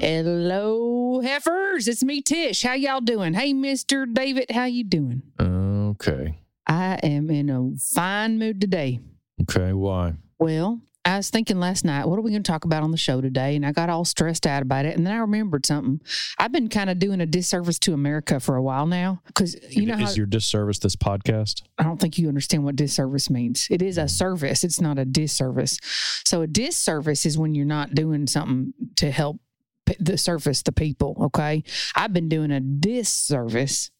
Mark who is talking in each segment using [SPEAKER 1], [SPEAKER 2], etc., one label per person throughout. [SPEAKER 1] Hello, heifers. It's me, Tish. How y'all doing? Hey, Mister David. How you doing?
[SPEAKER 2] Okay.
[SPEAKER 1] I am in a fine mood today.
[SPEAKER 2] Okay. Why?
[SPEAKER 1] Well, I was thinking last night, what are we going to talk about on the show today? And I got all stressed out about it. And then I remembered something. I've been kind of doing a disservice to America for a while now because you know how
[SPEAKER 2] is your disservice this podcast?
[SPEAKER 1] I don't think you understand what disservice means. It is a service, it's not a disservice. So, a disservice is when you're not doing something to help p- the service the people. Okay. I've been doing a disservice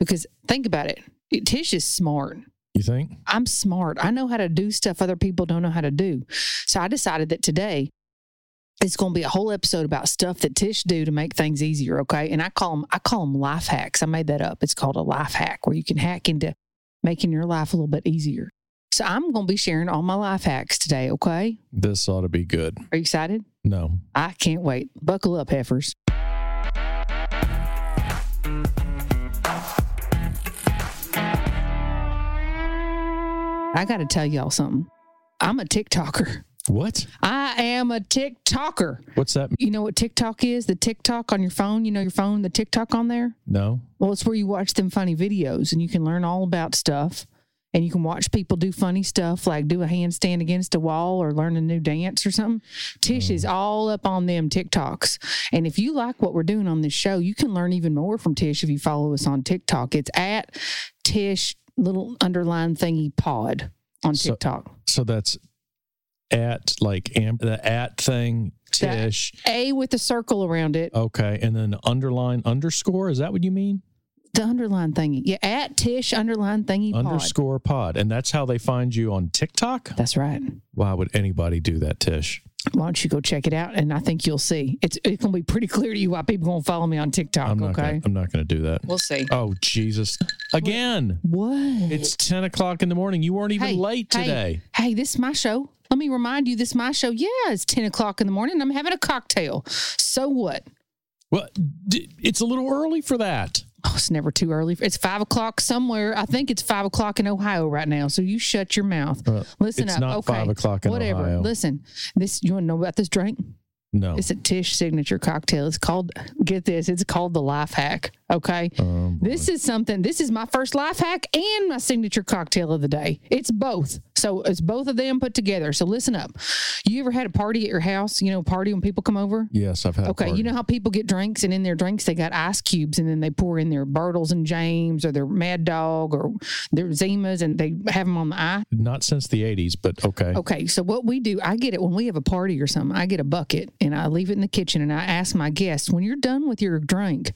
[SPEAKER 1] because think about it. Tish is smart.
[SPEAKER 2] You think?
[SPEAKER 1] I'm smart. I know how to do stuff other people don't know how to do. So I decided that today it's going to be a whole episode about stuff that Tish do to make things easier. Okay, and I call them I call them life hacks. I made that up. It's called a life hack where you can hack into making your life a little bit easier. So I'm going to be sharing all my life hacks today. Okay,
[SPEAKER 2] This ought to be good.
[SPEAKER 1] are you excited?
[SPEAKER 2] No.
[SPEAKER 1] I can't wait. Buckle up, heifers. I got to tell y'all something. I'm a TikToker.
[SPEAKER 2] What?
[SPEAKER 1] I am a TikToker.
[SPEAKER 2] What's that?
[SPEAKER 1] You know what TikTok is? The TikTok on your phone. You know your phone, the TikTok on there?
[SPEAKER 2] No.
[SPEAKER 1] Well, it's where you watch them funny videos and you can learn all about stuff. And you can watch people do funny stuff like do a handstand against a wall or learn a new dance or something. Tish is all up on them TikToks. And if you like what we're doing on this show, you can learn even more from Tish if you follow us on TikTok. It's at Tish little underline thingy pod on
[SPEAKER 2] So-
[SPEAKER 1] TikTok.
[SPEAKER 2] So that's at like am, the at thing
[SPEAKER 1] That-
[SPEAKER 2] tish.
[SPEAKER 1] A with a circle around it.
[SPEAKER 2] Okay, and then underline underscore. Is that what you mean?
[SPEAKER 1] The underline thingy. Yeah, at Tish underline thingy pod.
[SPEAKER 2] Underscore pod, and that's how they find you on TikTok.
[SPEAKER 1] That's right.
[SPEAKER 2] Why would anybody do that, Tish?
[SPEAKER 1] why don't you go check it out? And I think you'll see. It's it's gonna be pretty clear to you why people gonna follow me on TikTok.
[SPEAKER 2] I'm not.
[SPEAKER 1] okay,
[SPEAKER 2] Gonna, I'm not going to do that.
[SPEAKER 1] we'll see.
[SPEAKER 2] Oh Jesus! Again.
[SPEAKER 1] What?
[SPEAKER 2] It's 10 o'clock in the morning. You weren't even
[SPEAKER 1] Hey,
[SPEAKER 2] late
[SPEAKER 1] hey.
[SPEAKER 2] today.
[SPEAKER 1] hey, this is my show. Let me remind you, this is my show. Yeah, it's ten o'clock in the morning. I'm having a cocktail. So what?
[SPEAKER 2] Well, d- it's a little early for that.
[SPEAKER 1] Oh, it's never too early. It's five o'clock somewhere. I think it's five o'clock in Ohio right now. So you shut your mouth.
[SPEAKER 2] Uh,
[SPEAKER 1] Listen
[SPEAKER 2] it's
[SPEAKER 1] up.
[SPEAKER 2] not
[SPEAKER 1] okay.
[SPEAKER 2] five o'clock in
[SPEAKER 1] Whatever.
[SPEAKER 2] Ohio.
[SPEAKER 1] Listen, this you want to know about this drink?
[SPEAKER 2] No.
[SPEAKER 1] It's a Tish signature cocktail. It's called. Get this. It's called the Life Hack. Okay.
[SPEAKER 2] Um,
[SPEAKER 1] This is something. This is my first life hack and my signature cocktail of the day. It's both. So it's both of them put together. So listen up. You ever had a party at your house? You know, a party when people come over?
[SPEAKER 2] yes, I've had. a
[SPEAKER 1] Okay,
[SPEAKER 2] party.
[SPEAKER 1] you know how people get drinks and in their drinks they got ice cubes and then they pour in their Bertles and James or their Mad Dog or their Zimas and they have them on the eye?
[SPEAKER 2] Not since the 80s, but okay.
[SPEAKER 1] Okay, so what we do, I get it when we have a party or something. I get a bucket and I leave it in the kitchen and I ask my guests, when you're done with your drink,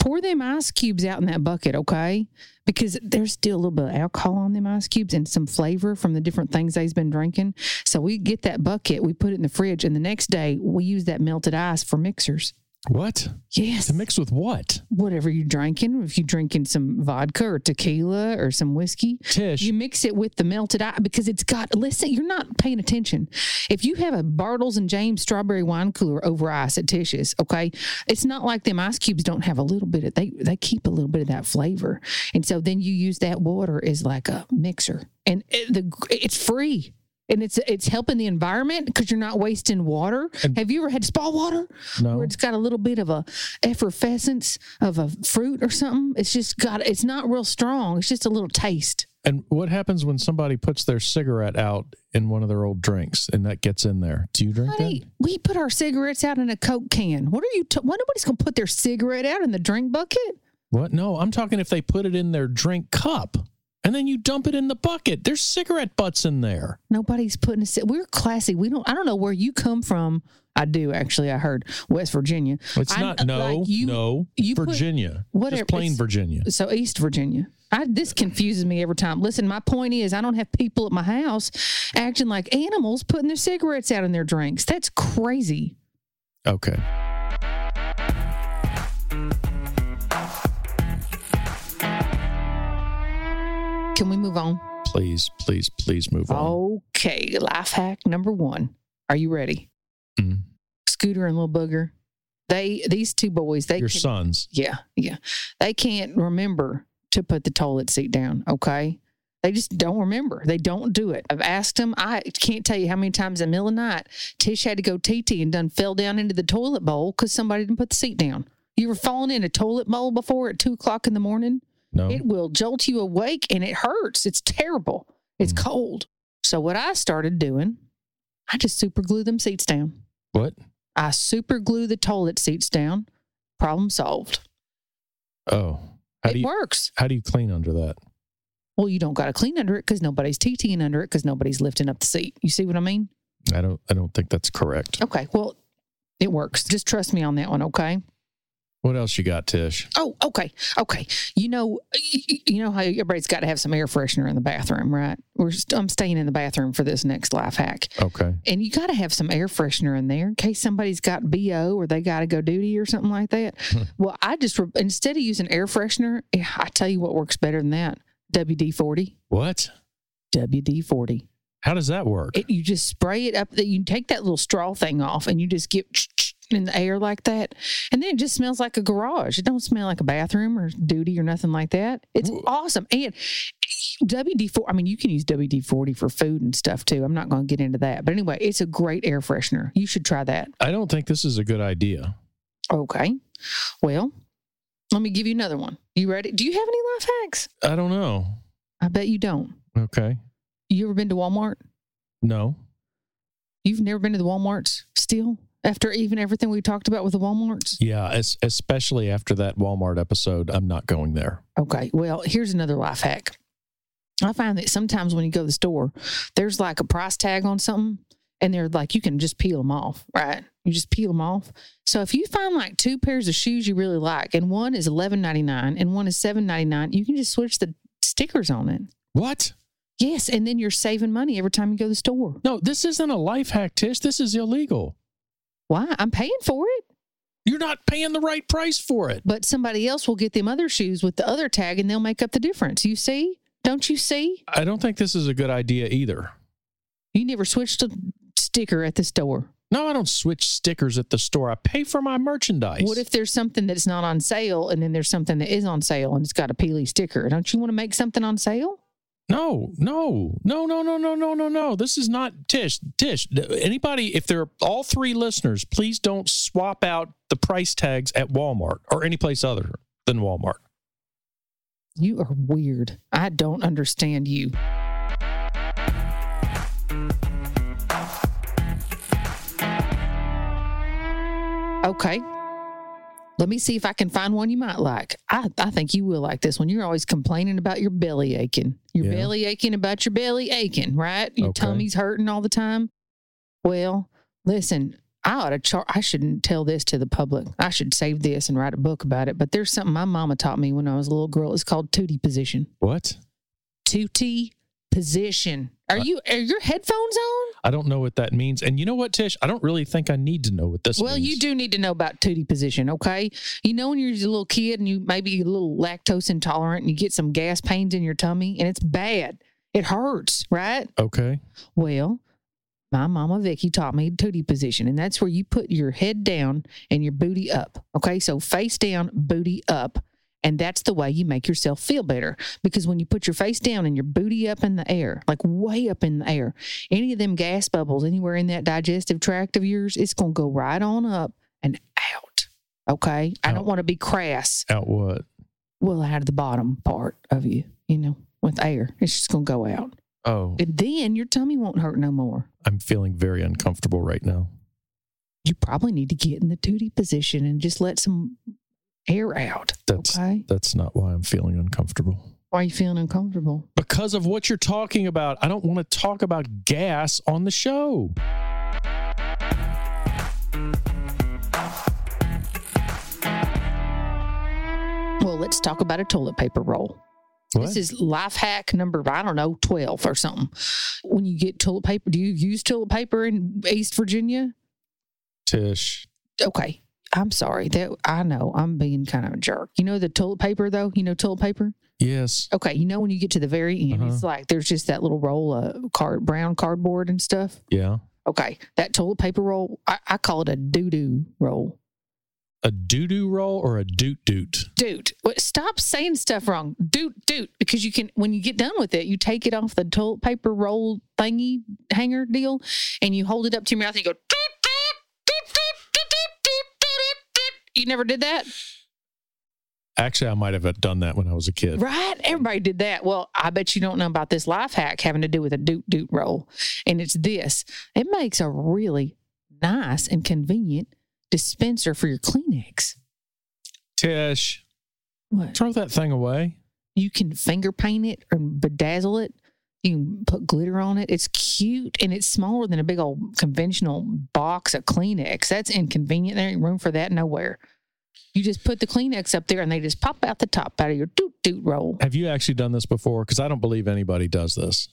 [SPEAKER 1] pour them ice cubes out in that bucket, okay? Because there's still a little bit of alcohol on them ice cubes and some flavor from the different things they've been drinking. So we get that bucket, we put it in the fridge, and the next day we use that melted ice for mixers.
[SPEAKER 2] What?
[SPEAKER 1] Yes
[SPEAKER 2] To mix with what?
[SPEAKER 1] whatever you're drinking, if you're drinking some vodka or tequila or some whiskey,
[SPEAKER 2] Tish.
[SPEAKER 1] you mix it with the melted ice because it's got. Listen, you're not paying attention. If you have a Bartles and James strawberry wine cooler over ice at Tish's, okay, it's not like them ice cubes don't have a little bit of they they keep a little bit of that flavor, and so then you use that water as like a mixer, and it, the it's free. And it's it's helping the environment because you're not wasting water.
[SPEAKER 2] And-
[SPEAKER 1] Have you ever had spa water?
[SPEAKER 2] No.
[SPEAKER 1] where it's got a little bit of a effervescence of a fruit or something. It's just got it's not real strong. It's just a little taste.
[SPEAKER 2] And what happens when somebody puts their cigarette out in one of their old drinks and that gets in there? Do you drink
[SPEAKER 1] Honey, we put our cigarettes out in a Coke can. What are you? T- what nobody's gonna put their cigarette out in the drink bucket?
[SPEAKER 2] that? What? No, I'm talking if they put it in their drink cup and then you dump it in the bucket. There's cigarette butts in there.
[SPEAKER 1] Nobody's putting a. ci- We're classy. We don't. I don't know where you come from. I do actually. I heard West Virginia.
[SPEAKER 2] It's
[SPEAKER 1] I'm-
[SPEAKER 2] not, no,
[SPEAKER 1] like you-
[SPEAKER 2] no.
[SPEAKER 1] you put-
[SPEAKER 2] Virginia.
[SPEAKER 1] Whatever,
[SPEAKER 2] Just plain
[SPEAKER 1] it's-
[SPEAKER 2] Virginia.
[SPEAKER 1] so East Virginia. I, this confuses me every time. Listen, my point is, I don't have people at my house acting like animals putting their cigarettes out in their drinks. That's crazy.
[SPEAKER 2] Okay.
[SPEAKER 1] Can we move on?
[SPEAKER 2] Please, please, please move
[SPEAKER 1] Oh,
[SPEAKER 2] on.
[SPEAKER 1] Okay, life hack number one. Are you ready?
[SPEAKER 2] Mm.
[SPEAKER 1] Scooter and little booger. They these two boys. They
[SPEAKER 2] Your
[SPEAKER 1] can,
[SPEAKER 2] sons.
[SPEAKER 1] yeah yeah. They can't remember to put the toilet seat down. Okay. They just don't remember. They don't do it. I've asked them. I can't tell you how many times in the middle of the night Tish had to go TT and done fell down into the toilet bowl because somebody didn't put the seat down. You were falling in a toilet bowl before at two o'clock in the morning.
[SPEAKER 2] No.
[SPEAKER 1] It will jolt you awake and it hurts. It's terrible. It's
[SPEAKER 2] Mhm.
[SPEAKER 1] cold. So what I started doing, I just super glue them seats down.
[SPEAKER 2] what?
[SPEAKER 1] I super glue the toilet seats down. Problem solved.
[SPEAKER 2] Oh. How
[SPEAKER 1] it
[SPEAKER 2] do you
[SPEAKER 1] works.
[SPEAKER 2] how do you clean under that?
[SPEAKER 1] Well, you don't got to clean under it because nobody's TTing under it because nobody's lifting up the seat. You see what I mean?
[SPEAKER 2] I don't I don't think that's correct.
[SPEAKER 1] Okay. Well, it works. Just trust me on that one. Okay.
[SPEAKER 2] What else you got, Tish?
[SPEAKER 1] Oh, okay. Okay. You know, you know how everybody's got to have some air freshener in the bathroom, right? We're st- I'm staying in the bathroom for this next life hack.
[SPEAKER 2] Okay.
[SPEAKER 1] And you got to have some air freshener in there in case somebody's got BO or they got to go duty or something like that.
[SPEAKER 2] Hmm.
[SPEAKER 1] Well, I just, re- instead of using air freshener, yeah, I tell you what works better than that WD 40.
[SPEAKER 2] What?
[SPEAKER 1] WD 40.
[SPEAKER 2] How does that work?
[SPEAKER 1] It, you just spray it up. That you take that little straw thing off, and you just get in the air like that, and then it just smells like a garage. It don't smell like a bathroom or duty or nothing like that. It's
[SPEAKER 2] Whoa.
[SPEAKER 1] awesome. And WD four. I mean, you can use WD forty for food and stuff too. I'm not going to get into that, but anyway, it's a great air freshener. You should try that.
[SPEAKER 2] I don't think this is a good idea.
[SPEAKER 1] Okay. Well, let me give you another one. You ready? Do you have any life hacks?
[SPEAKER 2] I don't know.
[SPEAKER 1] I bet you don't.
[SPEAKER 2] Okay.
[SPEAKER 1] You ever been to Walmart?
[SPEAKER 2] No.
[SPEAKER 1] You've never been to the Walmarts still? After even everything we talked about with the Walmarts?
[SPEAKER 2] Yeah, es- especially after that Walmart episode, I'm not going there.
[SPEAKER 1] Okay. Well, here's another life hack. I find that sometimes when you go to the store, there's like a price tag on something and they're like, you can just peel them off, right? You just peel them off. So if you find like two pairs of shoes you really like and one is $11.99 and one is $7.99, you can just switch the stickers on it.
[SPEAKER 2] What?
[SPEAKER 1] Yes. And then you're saving money every time you go to the store.
[SPEAKER 2] No, this isn't a life hack, Tish. This is illegal.
[SPEAKER 1] Why? I'm paying for it.
[SPEAKER 2] You're not paying the right price for it.
[SPEAKER 1] but somebody else will get them other shoes with the other tag and they'll make up the difference. You see? Don't you see?
[SPEAKER 2] I don't think this is a good idea either.
[SPEAKER 1] You never switched a sticker at the store.
[SPEAKER 2] No, I don't switch stickers at the store. I pay for my merchandise.
[SPEAKER 1] What if there's something that's not on sale and then there's something that is on sale and it's got a Peely sticker? Don't you want to make something on sale?
[SPEAKER 2] No, no, no, no, no, no, no, no, no. This is not Tish. Tish, anybody, if there are all three listeners, please don't swap out the price tags at Walmart or any place other than Walmart.
[SPEAKER 1] You are weird. I don't understand you. Okay. Let me see if I can find one you might like. I, I think you will like this one. You're always complaining about your belly aching. Your
[SPEAKER 2] Yeah.
[SPEAKER 1] belly aching about your belly aching, right? Your
[SPEAKER 2] Okay.
[SPEAKER 1] tummy's hurting all the time. Well, listen, I ought to char- I shouldn't tell this to the public. I should save this and write a book about it. But there's something my mama taught me when I was a little girl. It's called tootie position.
[SPEAKER 2] What?
[SPEAKER 1] Tootie position. Are
[SPEAKER 2] Uh,
[SPEAKER 1] you are your headphones on?
[SPEAKER 2] I don't know what that means. And you know what, Tish? I don't really think I need to know what this
[SPEAKER 1] Well,
[SPEAKER 2] means.
[SPEAKER 1] you do need to know about tootie position, okay? You know when you're just a little kid and you maybe you're a little lactose intolerant and you get some gas pains in your tummy and it's bad. It hurts, right?
[SPEAKER 2] Okay.
[SPEAKER 1] Well, my mama Vicky taught me tootie position, and that's where you put your head down and your booty up. Okay, so face down, booty up. And that's the way you make yourself feel better. Because when you put your face down and your booty up in the air, like way up in the air, any of them gas bubbles anywhere in that digestive tract of yours, it's going to go right on up and out. Okay. I
[SPEAKER 2] Out.
[SPEAKER 1] don't want to be crass
[SPEAKER 2] Out what?
[SPEAKER 1] well out of the bottom part of you, you know, with air. It's just going to go out.
[SPEAKER 2] Oh,
[SPEAKER 1] And then your tummy won't hurt no more.
[SPEAKER 2] I'm feeling very uncomfortable right now.
[SPEAKER 1] you probably need to get in the duty position and just let some air out.
[SPEAKER 2] That's
[SPEAKER 1] Okay.
[SPEAKER 2] that's not why I'm feeling uncomfortable.
[SPEAKER 1] Why are you feeling uncomfortable?
[SPEAKER 2] Because of what you're talking about, I don't want to talk about gas on the show.
[SPEAKER 1] Well, let's talk about a toilet paper roll.
[SPEAKER 2] What?
[SPEAKER 1] This is life hack number, I don't know, 12 or something. When you get toilet paper, do you use toilet paper in East Virginia?
[SPEAKER 2] Tish.
[SPEAKER 1] Okay. I'm sorry that I know I'm being kind of a jerk. You know the toilet paper though? You know toilet paper?
[SPEAKER 2] Yes.
[SPEAKER 1] Okay. You know when you get to the very end, it's like there's just that little roll of card, brown cardboard and stuff.
[SPEAKER 2] Yeah.
[SPEAKER 1] Okay. That toilet paper roll, I, I call it a doo doo roll.
[SPEAKER 2] a doo doo roll or a doot doot?
[SPEAKER 1] Dude, what- stop saying stuff wrong. Doot, doot, because you can, when you get done with it, you take it off the toilet paper roll thingy hanger deal and you hold it up to your mouth and you go, doot, doot, doot, doot, doot, doot, doot, doot, doot. You never did that?
[SPEAKER 2] Actually, I might have done that when I was a kid.
[SPEAKER 1] Right? Everybody did that. Well, I bet you don't know about this life hack having to do with a doot doot roll. And it's this it makes a really nice and convenient dispenser for your Kleenex.
[SPEAKER 2] Tish,
[SPEAKER 1] What?
[SPEAKER 2] throw that thing away.
[SPEAKER 1] You can finger paint it or bedazzle it. You can put glitter on it. It's cute and it's smaller than a big old conventional box of Kleenex. That's inconvenient. There ain't room for that nowhere. You just put the Kleenex up there and they just pop out the top out of your doot doot roll.
[SPEAKER 2] Have you actually done this before? Because I don't believe anybody does this.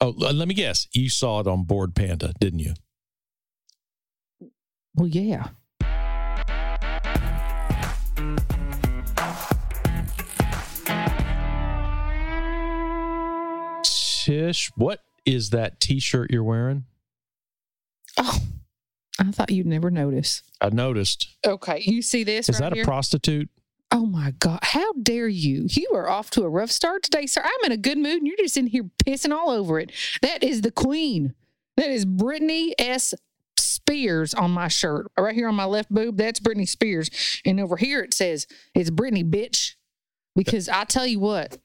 [SPEAKER 2] Oh, l- let me guess. You saw it on Board Panda, didn't you?
[SPEAKER 1] Well, yeah.
[SPEAKER 2] Tish, what is that t shirt you're wearing?
[SPEAKER 1] Oh, I thought you'd never notice.
[SPEAKER 2] I noticed.
[SPEAKER 1] Okay, you see this?
[SPEAKER 2] Is
[SPEAKER 1] right
[SPEAKER 2] that a
[SPEAKER 1] here?
[SPEAKER 2] prostitute?
[SPEAKER 1] Oh my God! How dare you? You are off to a rough start today, sir. I'm in a good mood, and you're just in here pissing all over it. That is the queen. That is Britney S. Spears on my shirt, right here on my left boob. That's Britney Spears, and over here it says it's Britney bitch. Because I tell you what,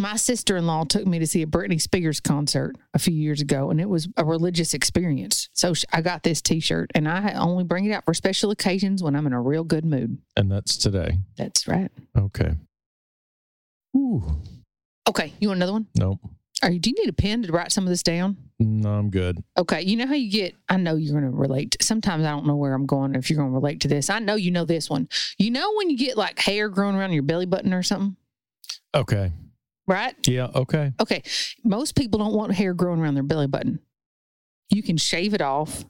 [SPEAKER 1] my sister in law took me to see a Britney Spears concert a few years ago, and it was a religious experience. So sh- I got this t shirt, and I only bring it out for special occasions when I'm in a real good mood.
[SPEAKER 2] And that's today.
[SPEAKER 1] That's right.
[SPEAKER 2] Okay. Ooh.
[SPEAKER 1] Okay, you want another one?
[SPEAKER 2] Nope.
[SPEAKER 1] Are you, do you need a pen to write some of this down?
[SPEAKER 2] No, I'm good.
[SPEAKER 1] Okay, you know how you get. I know you're going to relate. to- Sometimes I don't know where I'm going if you're going to relate to this. I know you know this one. You know when you get like hair growing around your belly button or something,
[SPEAKER 2] Okay.
[SPEAKER 1] right?
[SPEAKER 2] Yeah. Okay.
[SPEAKER 1] Okay, most people don't want hair growing around their belly button. You can shave it off.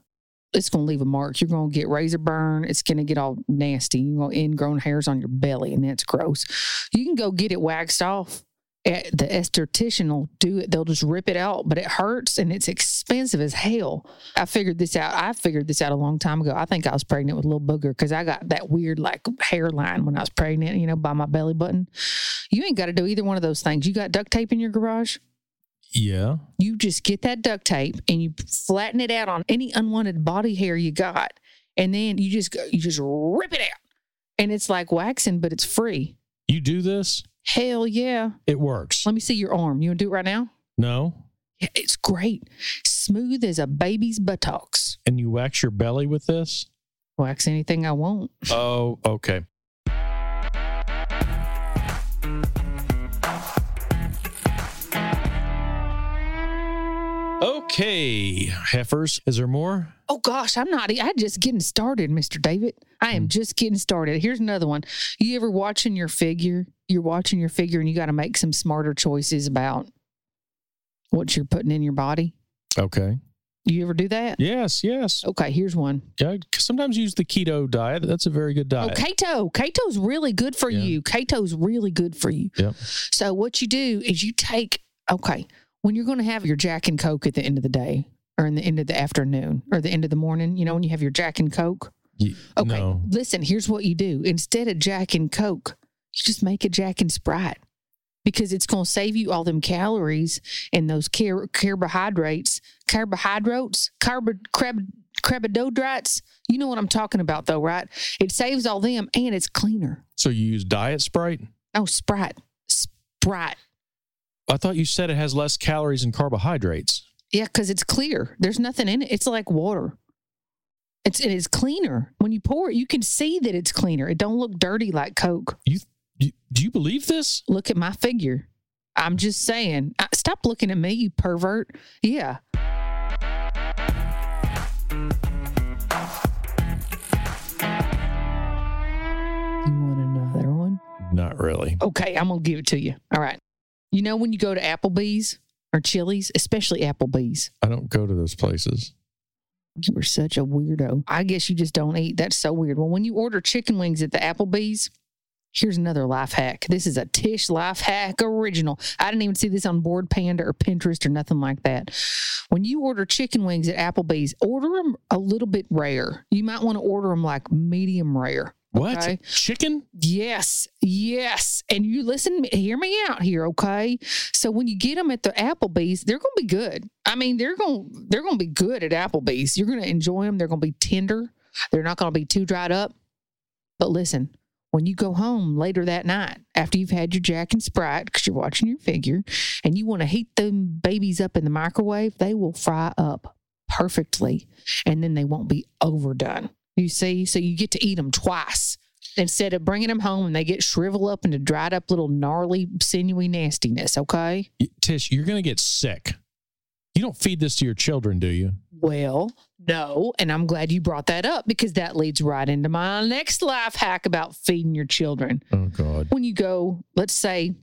[SPEAKER 1] It's going to leave a mark. You're going to get razor burn. It's going to get all nasty. You're going to ingrown hairs on your belly, and that's gross. You can go get it waxed off. Eh, The esthetician will do it. They'll just rip it out, but it hurts and it's expensive as hell. I figured this out. I figured this out a long time ago. I think I was pregnant with a little booger because I got that weird like hairline when I was pregnant, you know, by my belly button. You ain't got to do either one of those things. You got duct tape in your garage?
[SPEAKER 2] Yeah.
[SPEAKER 1] you just get that duct tape and you flatten it out on any unwanted body hair you got and then you just go, you just rip it out and it's like waxing but it's free
[SPEAKER 2] You do this,
[SPEAKER 1] hell yeah
[SPEAKER 2] it works.
[SPEAKER 1] let me see your arm you want to do it right now
[SPEAKER 2] No.
[SPEAKER 1] yeah, it's great smooth as a baby's buttocks
[SPEAKER 2] And you wax your belly with this?
[SPEAKER 1] wax anything i want
[SPEAKER 2] Oh, okay. Okay, heifers. Is there more?
[SPEAKER 1] Oh gosh, I'm not. I'm just getting started, Mr. David. I am
[SPEAKER 2] Mm.
[SPEAKER 1] just getting started. Here's another one. You ever watching your figure? You're watching your figure and you got to make some smarter choices about what you're putting in your body.
[SPEAKER 2] Okay.
[SPEAKER 1] You ever do that?
[SPEAKER 2] Yes, yes.
[SPEAKER 1] Okay, here's one.
[SPEAKER 2] Yeah, sometimes use the keto diet. That's a very good
[SPEAKER 1] Oh,
[SPEAKER 2] diet.
[SPEAKER 1] keto. Keto's really good for
[SPEAKER 2] Yeah.
[SPEAKER 1] you. Keto's really good for you.
[SPEAKER 2] Yep.
[SPEAKER 1] So what you do is you take okay, when you're going to have your Jack and Coke at the end of the day or in the end of the afternoon or the end of the morning, you know when you have your Jack and Coke,
[SPEAKER 2] Ye-
[SPEAKER 1] Okay.
[SPEAKER 2] No.
[SPEAKER 1] Listen, here's what you do. Instead of Jack and Coke, you just make a Jack and Sprite because it's going to save you all them calories and those car- carbohydrates, carbohydrates, carb, crab, carbohydrates. You know what I'm talking about, though, right? It saves all them and it's cleaner.
[SPEAKER 2] So you use diet Sprite?
[SPEAKER 1] Oh, Sprite. Sprite.
[SPEAKER 2] I thought you said it has less calories and carbohydrates.
[SPEAKER 1] Yeah, because it's clear. There's nothing in it. It's like water. It's it is cleaner. When you pour it, you can see that it's cleaner. It don't look dirty like Coke.
[SPEAKER 2] Do do you believe this?
[SPEAKER 1] look at my figure. I'm just saying, I- stop looking at me, you pervert. Yeah. You want another one?
[SPEAKER 2] Not really.
[SPEAKER 1] Okay, I'm going to give it to you. All right. You know, when you go to Applebee's or Chili's, especially Applebee's,
[SPEAKER 2] I don't go to those places.
[SPEAKER 1] you are such a weirdo. I guess you just don't eat. That's so weird. Well, when you order chicken wings at the Applebee's, Here's another life hack. This is a Tish life hack original. I didn't even see this on Board Panda or Pinterest or nothing like that. When you order chicken wings at Applebee's, order them a little bit rare. You might want to order them like medium rare.
[SPEAKER 2] What?
[SPEAKER 1] Okay.
[SPEAKER 2] Chicken?
[SPEAKER 1] Yes, yes. And you listen, hear me out here, okay? So when you get them at the Applebee's, they're going to be good. I mean, they're going to they're going to be good at Applebee's. You're going to enjoy them. They're going to be tender. They're not going to be too dried up. But listen, when you go home later that night after you've had your Jack and Sprite because you're watching your figure, and you want to heat them babies up in the microwave, they will fry up perfectly, and then they won't be overdone. You see, so you get to eat them twice instead of bringing them home and they get shrivel up into dried up little gnarly sinewy nastiness okay
[SPEAKER 2] Y- Tish, you're going to get sick. You don't feed this to your children, do you?
[SPEAKER 1] well no and i'm glad you brought that up because that leads right into my next life hack about feeding your children
[SPEAKER 2] Oh, God.
[SPEAKER 1] when you go, let's say,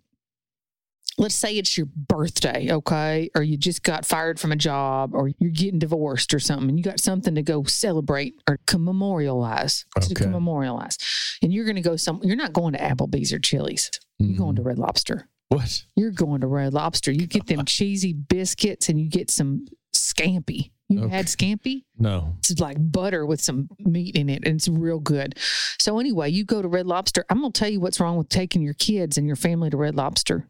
[SPEAKER 1] let's say it's your birthday, okay, or you just got fired from a job, or you're getting divorced or something, and you got something to go celebrate or commemorialize, to
[SPEAKER 2] Okay.
[SPEAKER 1] commemorialize, and you're going to go some. You're not going to Applebee's or Chili's. You're going to Red Lobster.
[SPEAKER 2] Mm. What?
[SPEAKER 1] You're going to Red Lobster. You get them cheesy biscuits and you get some scampi. You
[SPEAKER 2] Okay.
[SPEAKER 1] had scampi?
[SPEAKER 2] No.
[SPEAKER 1] it's like butter with some meat in it and it's real good. So anyway, you go to Red Lobster. I'm going to tell you what's wrong with taking your kids and your family to Red Lobster.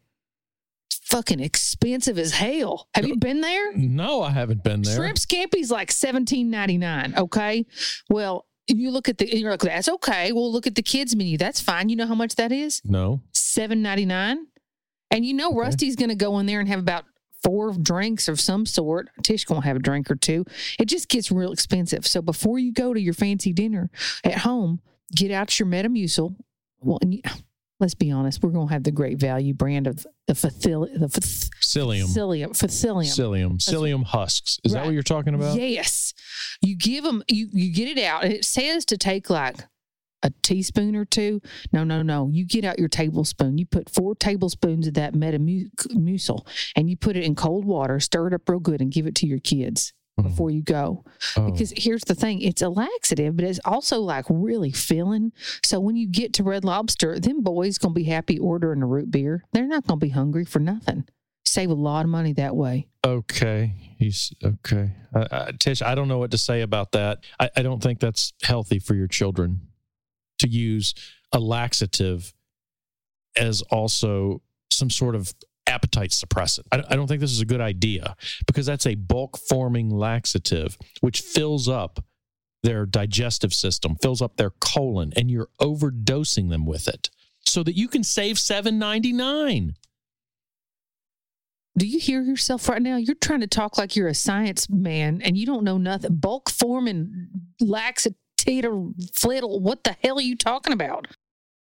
[SPEAKER 1] It's fucking expensive as hell. Have you been there?
[SPEAKER 2] No, I haven't been there.
[SPEAKER 1] Shrimp scampi's like seventeen ninety nine. Okay, well you look at the and you're like that's okay. Well look at the kids menu. That's fine. You know how much that is?
[SPEAKER 2] No.
[SPEAKER 1] Seven ninety nine. And you know
[SPEAKER 2] Okay.
[SPEAKER 1] Rusty's going to go in there and have about four drinks of some sort. Tish going to have a drink or two. It just gets real expensive. So before you go to your fancy dinner at home, get out your Metamucil. Well, and you, let's be honest, we're going to have the great value brand of the Facilium. The fath-
[SPEAKER 2] Psyllium.
[SPEAKER 1] psyllium- Facilium.
[SPEAKER 2] Psyllium. Psyllium husks. Is that
[SPEAKER 1] Right.
[SPEAKER 2] what you're talking about?
[SPEAKER 1] Yes. You give them, you, you get it out. and It says to take like a teaspoon or two. No, no, no. You get out your tablespoon. You put four tablespoons of that Metamucil and you put it in cold water, stir it up real good, and give it to your kids
[SPEAKER 2] Oh,
[SPEAKER 1] before you go.
[SPEAKER 2] oh.
[SPEAKER 1] Because here's the thing it's a laxative, but it's also like really filling. So when you get to Red Lobster, them boys going to be happy ordering a root beer. They're not going to be hungry for nothing. Save a lot of money that way.
[SPEAKER 2] Okay. He's okay. Uh, uh, Tish, I don't know what to say about that. I, I don't think that's healthy for your children to use a laxative as also some sort of appetite suppressant. I, I don't think this is a good idea because that's a bulk forming laxative, which fills up their digestive system, fills up their colon, and you're overdosing them with it so that you can save $7.99.
[SPEAKER 1] Do you hear yourself right now? You're trying to talk like you're a science man and you don't know nothing. Bulk forming, laxitator, flittle. What the hell are you talking about?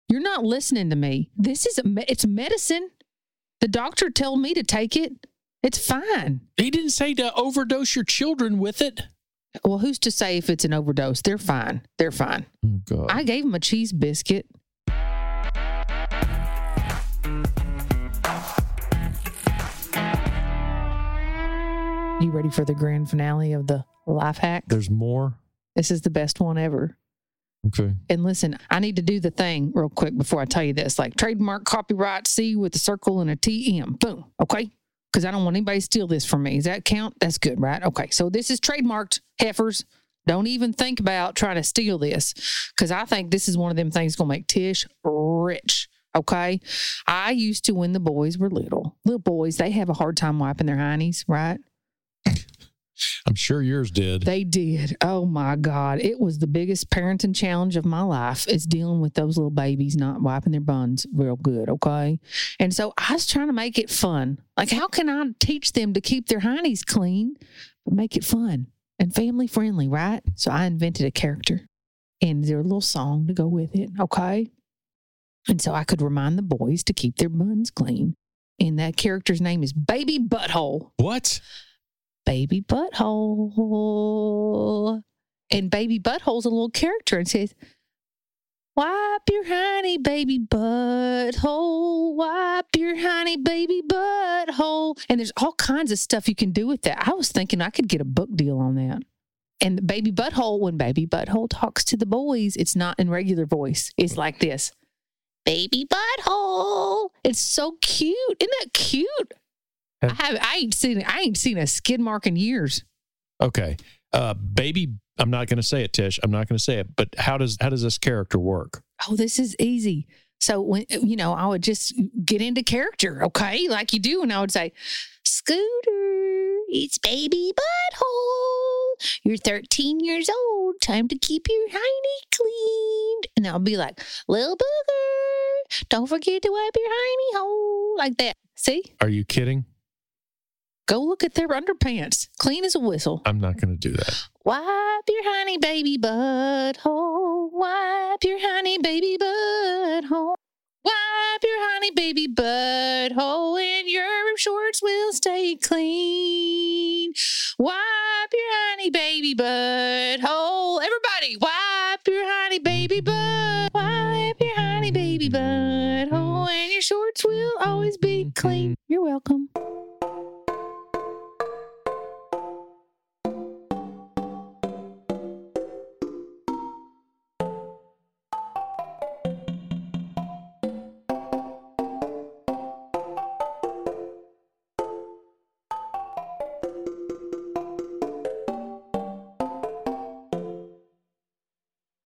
[SPEAKER 1] You're not listening to me. This is a me- it's medicine. The doctor told me to take it. It's fine.
[SPEAKER 2] He didn't say to overdose your children with it.
[SPEAKER 1] Well, who's to say if it's an overdose? They're fine. They're fine.
[SPEAKER 2] Oh God.
[SPEAKER 1] I gave him a cheese biscuit. You ready for the grand finale of the life hack?
[SPEAKER 2] There's more.
[SPEAKER 1] This is the best one ever.
[SPEAKER 2] Okay.
[SPEAKER 1] And listen, I need to do the thing real quick before I tell you this like trademark copyright C with a circle and a TM. Boom. Okay. Because I don't want anybody to steal this from me. Does that count? That's good, right? Okay. So this is trademarked, heifers. Don't even think about trying to steal this because I think this is one of them things going to make Tish rich. Okay. I used to, when the boys were little, little boys, they have a hard time wiping their hinds, right?
[SPEAKER 2] I'm sure yours did.
[SPEAKER 1] They did. Oh my God. It was the biggest parenting challenge of my life is dealing with those little babies not wiping their buns real good. Okay. And so I was trying to make it fun. Like, how can I teach them to keep their hindies clean, but make it fun and family friendly, right? So I invented a character and their little song to go with it. Okay. And so I could remind the boys to keep their buns clean. And that character's name is Baby Butthole
[SPEAKER 2] what?
[SPEAKER 1] baby butthole. And baby butthole's a little character and says, Wipe your honey, baby butthole. Wipe your honey, baby butthole. And there's all kinds of stuff you can do with that. I was thinking I could get a book deal on that. And the baby butthole, when baby butthole talks to the boys, it's not in regular voice. It's like this baby butthole. It's so cute. Isn't that cute?
[SPEAKER 2] Yeah.
[SPEAKER 1] I have I ain't seen I ain't seen a skid mark in years.
[SPEAKER 2] Okay. Uh, baby, I'm not going to say it, Tish. I'm not going to say it. But how does how does this character work?
[SPEAKER 1] Oh, this is easy. So when you know, I would just get into character, okay, like you do, and I would say, Scooter, it's baby butthole. You're 13 years old. Time to keep your hiney cleaned. And I'll be like, little booger, don't forget to wipe your hiney hole like that. See?
[SPEAKER 2] Are you kidding?
[SPEAKER 1] Go look at their underpants, clean as a whistle.
[SPEAKER 2] I'm not going to do that.
[SPEAKER 1] Wipe your honey baby butthole. Wipe your honey baby butthole. Wipe your honey baby butthole and your shorts will stay clean. Wipe your honey baby butthole. Everybody, wipe your honey baby butt. Wipe your honey baby butthole and your shorts will always be clean. You're welcome.